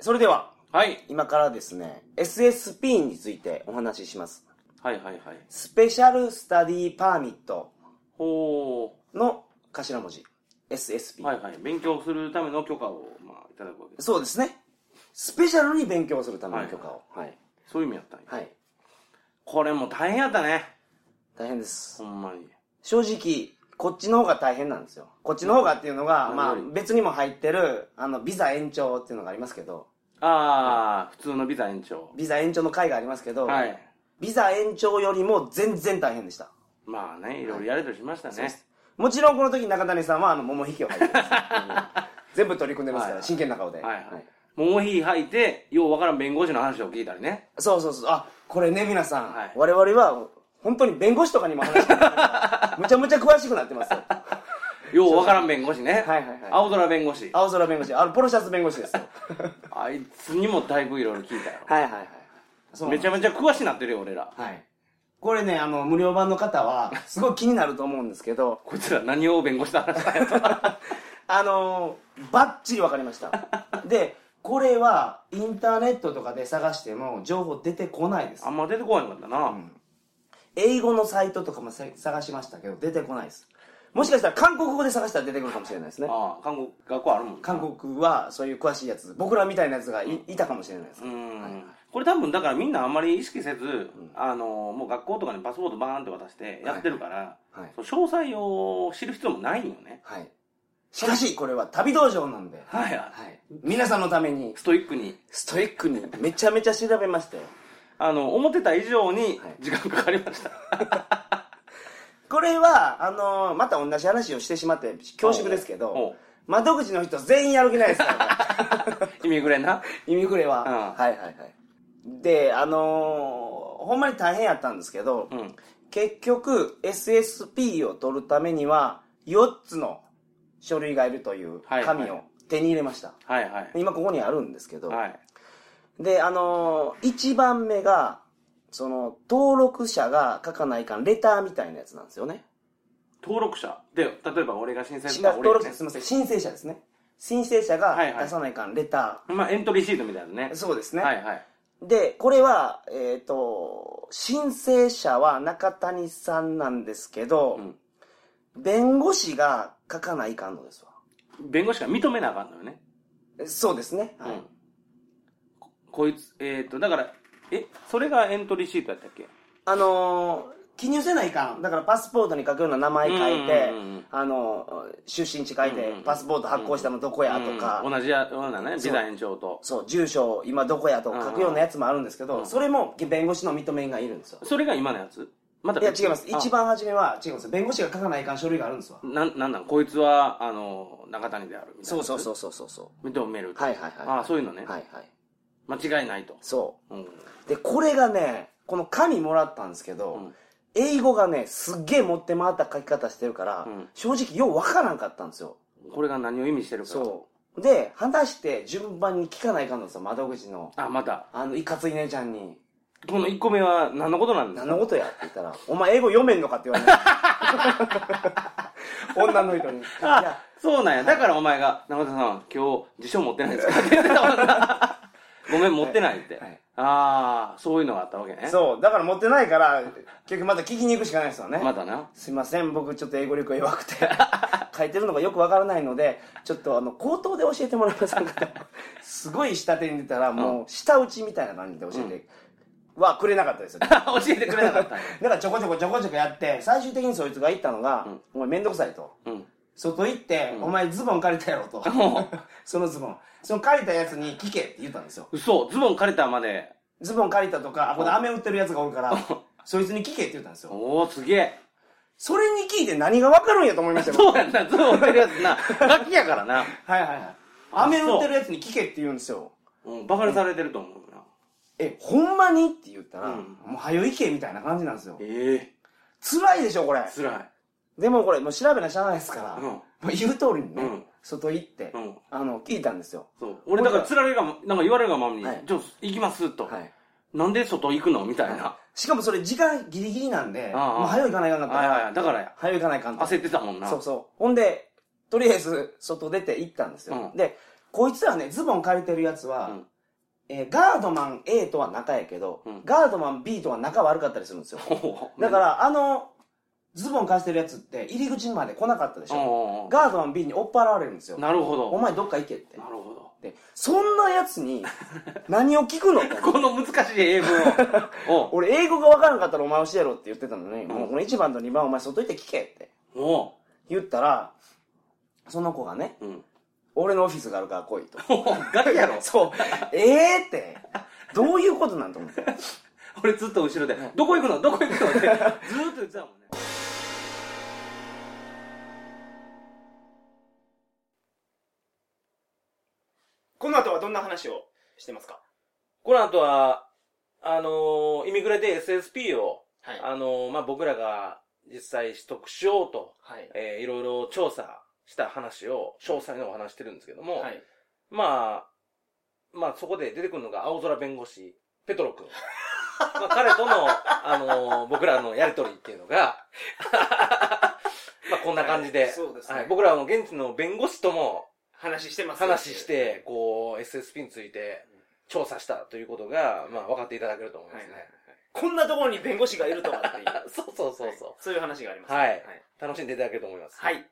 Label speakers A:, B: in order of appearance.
A: それでは、
B: はい。
A: 今からですね、SSP についてお話しします。
B: はいはいはい。
A: スペシャルスタディパーミット
B: ほ
A: の頭文字。SSP。
B: う。はいはい。勉強するための許可を、まあ、いただくわけです。
A: そうですね。スペシャルに勉強するための許可を。はい。
B: そういう意味やったんや。
A: はい。
B: これも大変やったね。
A: 大変です
B: ほ。んまに。
A: 正直、こっちの方が大変なんですよ。こっちの方がっていうのが、
B: うん
A: まあ
B: 何より
A: 別にも入ってる、あの、ビザ延長っていうのがありますけど、
B: ああ、普通のビザ延長。
A: ビザ延長の会がありますけど、
B: はい。
A: ビザ延長よりも全然大変でした。
B: まあね、いろいろやりとりしましたね。
A: もちろんこの時中谷さんは、あの、桃引きを入ってます。うん 全部取り組んでますか
B: は
A: ら、
B: い
A: 真剣な顔で。
B: はいはい。もういい吐いて、ようわからん弁護士の話を聞いたりね。
A: そうそうそう。あ、これね、皆さん。
B: はい
A: 我々は、本当に弁護士とかにも話してます。むちゃむちゃ詳しくなって ますよ。
B: ようわからん弁護士ね。
A: はいはいはい
B: 青空弁護士。
A: 青空弁護士。あの、ポロシャツ弁護士ですよ。
B: あいつにもだいぶいろいろ聞いたよ。
A: はいはいはい。そう
B: めちゃめちゃ詳しくなってるよ、俺ら。
A: はい。これね、あの、無料版の方は、すごい気になると思うんですけど、
B: こいつら何を弁護士と話したんやと。
A: あのー、バッチリわかりました。で、これは、インターネットとかで探しても、情報出てこないです
B: あ。んま出てこないんかったな。
A: 英語のサイトとかもせ探しましたけど、出てこないです。もしかしたら、韓国語で探したら出てくるかもしれないですね。
B: ああ、韓国、学校あるもんな。
A: 韓国は、そういう詳しいやつ、僕らみたいなやつがいいたかもしれないです
B: う。ん、これ多分だからみんなあんまり意識せず、あのもう学校とかにパスポートバーンって渡してやってるから、
A: はい
B: その詳細を知る必要もないんよね
A: はい。しかし、これは旅道場なんで、
B: はい、
A: はい。皆さんのために、
B: ストイックに
A: ストイックにめちゃめちゃ調べましたよ。
B: あの思ってた以上に
A: はい
B: 時間かかりました、
A: これは、あのーまた同じ話をしてしまって、恐縮ですけ
B: おうお
A: ど
B: う、
A: 窓口の人全員やる気ないです から、ね、
B: 意味ぐら いな
A: 意味くれは、
B: うん
A: はいはいはい。で、あのーほんまに大変やったんですけど、
B: うん
A: 結局 SSP を取るためには、4つの書類がいるという
B: はいはい
A: 紙を手に入れました。
B: はいはい
A: 今ここにあるんですけど、
B: はい
A: で、あのー、1番目が、その、登録者が書かないかんレターみたいなやつなんですよね。
B: 登録者で例えば俺が申請
A: 違
B: し
A: う
B: た俺
A: 登
B: や
A: 録
B: ね
A: 者、すみません、申請者ですね。申請者が
B: はいはい
A: 出さないかんレタ
B: まあエントリーシートみたいなね
A: ー。そうですね。
B: はいはい
A: で、これは、えっ、と、申請者は中谷さんなんですけど、弁護士が書かないかんのですわ。
B: 弁護士が認めなあかんのよね
A: えそうですね。はい。
B: うんここいつえっ、とだからえそれがエントリーシートやったっけ
A: あのー記入せないかん。だからパスポートに書くような名前書いて
B: うんうんうんうん、
A: あのー出身地書いて
B: うんうん、
A: パスポート発行したのどこやとか、
B: うん同じようなねビ
A: そう
B: ザ延長と
A: そう、住所今どこやと書くようなやつもあるんですけど、それも弁護士の認めがいるんですよ。
B: それが今のやつまた
A: いや違います。
B: あ
A: 一番初めは、違います。弁護士が書かないかん書類があるんですわ。
B: なんなんなんこいつはあの中谷であるみたい
A: そ
B: な
A: うそうそうそうそうそう。
B: う認める
A: はいはいはい
B: ああそういうのね、
A: はいはい。
B: 間違いないと、
A: そ
B: うん、
A: う。で、これがね、この紙もらったんですけど、
B: うん
A: 英語がね、すっげえ持って回った書き方してるから、
B: うん
A: 正直ようわからんかったんですよ。
B: これが何を意味してるか
A: そう。で、話して順番に聞かないかんのですよ、窓口の。
B: あまた
A: あの、いかつい姉ちゃんに、
B: この1個目は何のことなんです
A: 何
B: か
A: のことやって言ったら、 お前英語読めんのかって言われた。女の人に。いや
B: あそうなんやだからお前が「中田さん今日辞書持ってないんですか?」って言ってたもんな ごめん持ってないって、
A: はい
B: ああそういうのがあったわけね
A: そう、だから持ってないから、結局また聞きに行くしかないですよね。
B: またな
A: すいません、僕ちょっと英語力が弱くて、 書いてるのがよくわからないので、ちょっとあの、口頭で教えてもらえませんかと。すごい下手に出たら、もう、下打ちみたいな感じで教えてはくれなかったですよ。だ
B: 教えてくれなかったんや
A: からちょこちょこちょこちょこやって、最終的にそいつが言ったのが、お前めんどくさいと。
B: うん
A: 外行って、お前ズボン借りたやろ と。そのズボン。その借りたやつに聞けって言ったんですよ。
B: 嘘ズボン借りたまで
A: ズボン借りたとか、あ、これ雨売ってるやつがおるから、そいつに聞けって言ったんですよ。
B: おおすげえ
A: それに聞いて何がわかるんやと思いましたよ。
B: そうやんな、ズボン売ってるやつ な、ガキやからな。
A: はいはいはい。雨売ってるやつに聞けって言うんですよ。
B: うん、バカにされてると思うな。
A: え、ほんまにって言ったら、
B: うん
A: もう早いけみたいな感じなんですよ。
B: ええ
A: 辛いでしょ、これ。
B: 辛い。
A: でもこれ、もう調べなしゃあないですから、
B: うん
A: もう言う通りにね、
B: うん
A: 外行って、
B: うん
A: あの、聞いたんですよ。
B: そう。俺、だから、釣られるがま、なんか言われるがままに、
A: はい
B: じゃあ、行きます、と。
A: はい。
B: なんで外行くのみたいな。
A: しかもそれ時間ギリギリなんで、
B: ああ
A: もう早い行かないかんかった
B: はい
A: ら、
B: はいはい。だからや。
A: 早い行かないかんと
B: 焦ってたもんな。
A: そうそう。ほんで、とりあえず、外出て行ったんですよ。
B: うん
A: で、こいつらね、ズボン借りてるやつは、
B: うん
A: えーガードマン A とは仲やけど、
B: うん
A: ガードマン B とは仲悪かったりするんですよだかららあのズボン貸してるやつって入り口まで来なかったでしょ
B: おうおう
A: ガードマン B に追っ払われるんですよ
B: なるほ
A: お
B: ど
A: 前どっか行けって
B: なるほど
A: でそんなやつに何を聞くの
B: この難しい英文をおう
A: 俺英語が分からんかったらお前教えろって言ってたのに、
B: ん
A: もうこの1番と2番お前外行って聞けって
B: お
A: 言ったらその子がね
B: ううん
A: 俺のオフィスがあるから 来いと
B: おうガキやろ
A: そうええってどういうことなんと思って
B: 俺ずっと後ろで「どこ行くのどこ行くの?」ってずーっと言ってたもんね
A: この後はどんな話をしてますか
B: この後はあのーイミグレで SSP を、
A: はい
B: あのーまあ、僕らが実際取得しようと、
A: はい
B: えーいろいろ調査した話を詳細のお話してるんですけども、
A: はい
B: まあ、まあそこで出てくるのが青空弁護士、ペトロ君。 まあ彼との、あのー僕らのやりとりっていうのが、 まあこんな感じで、
A: はいそうですね
B: はい僕らの現地の弁護士とも
A: 話してま
B: 話して、こう、SSP について調査したということが、まあ分かっていただけると思いますね。
A: こんなところに弁護士がいるとかっていう
B: そうそうそうそう、
A: そういう話があります
B: はい楽しんでいただけると思います。
A: はい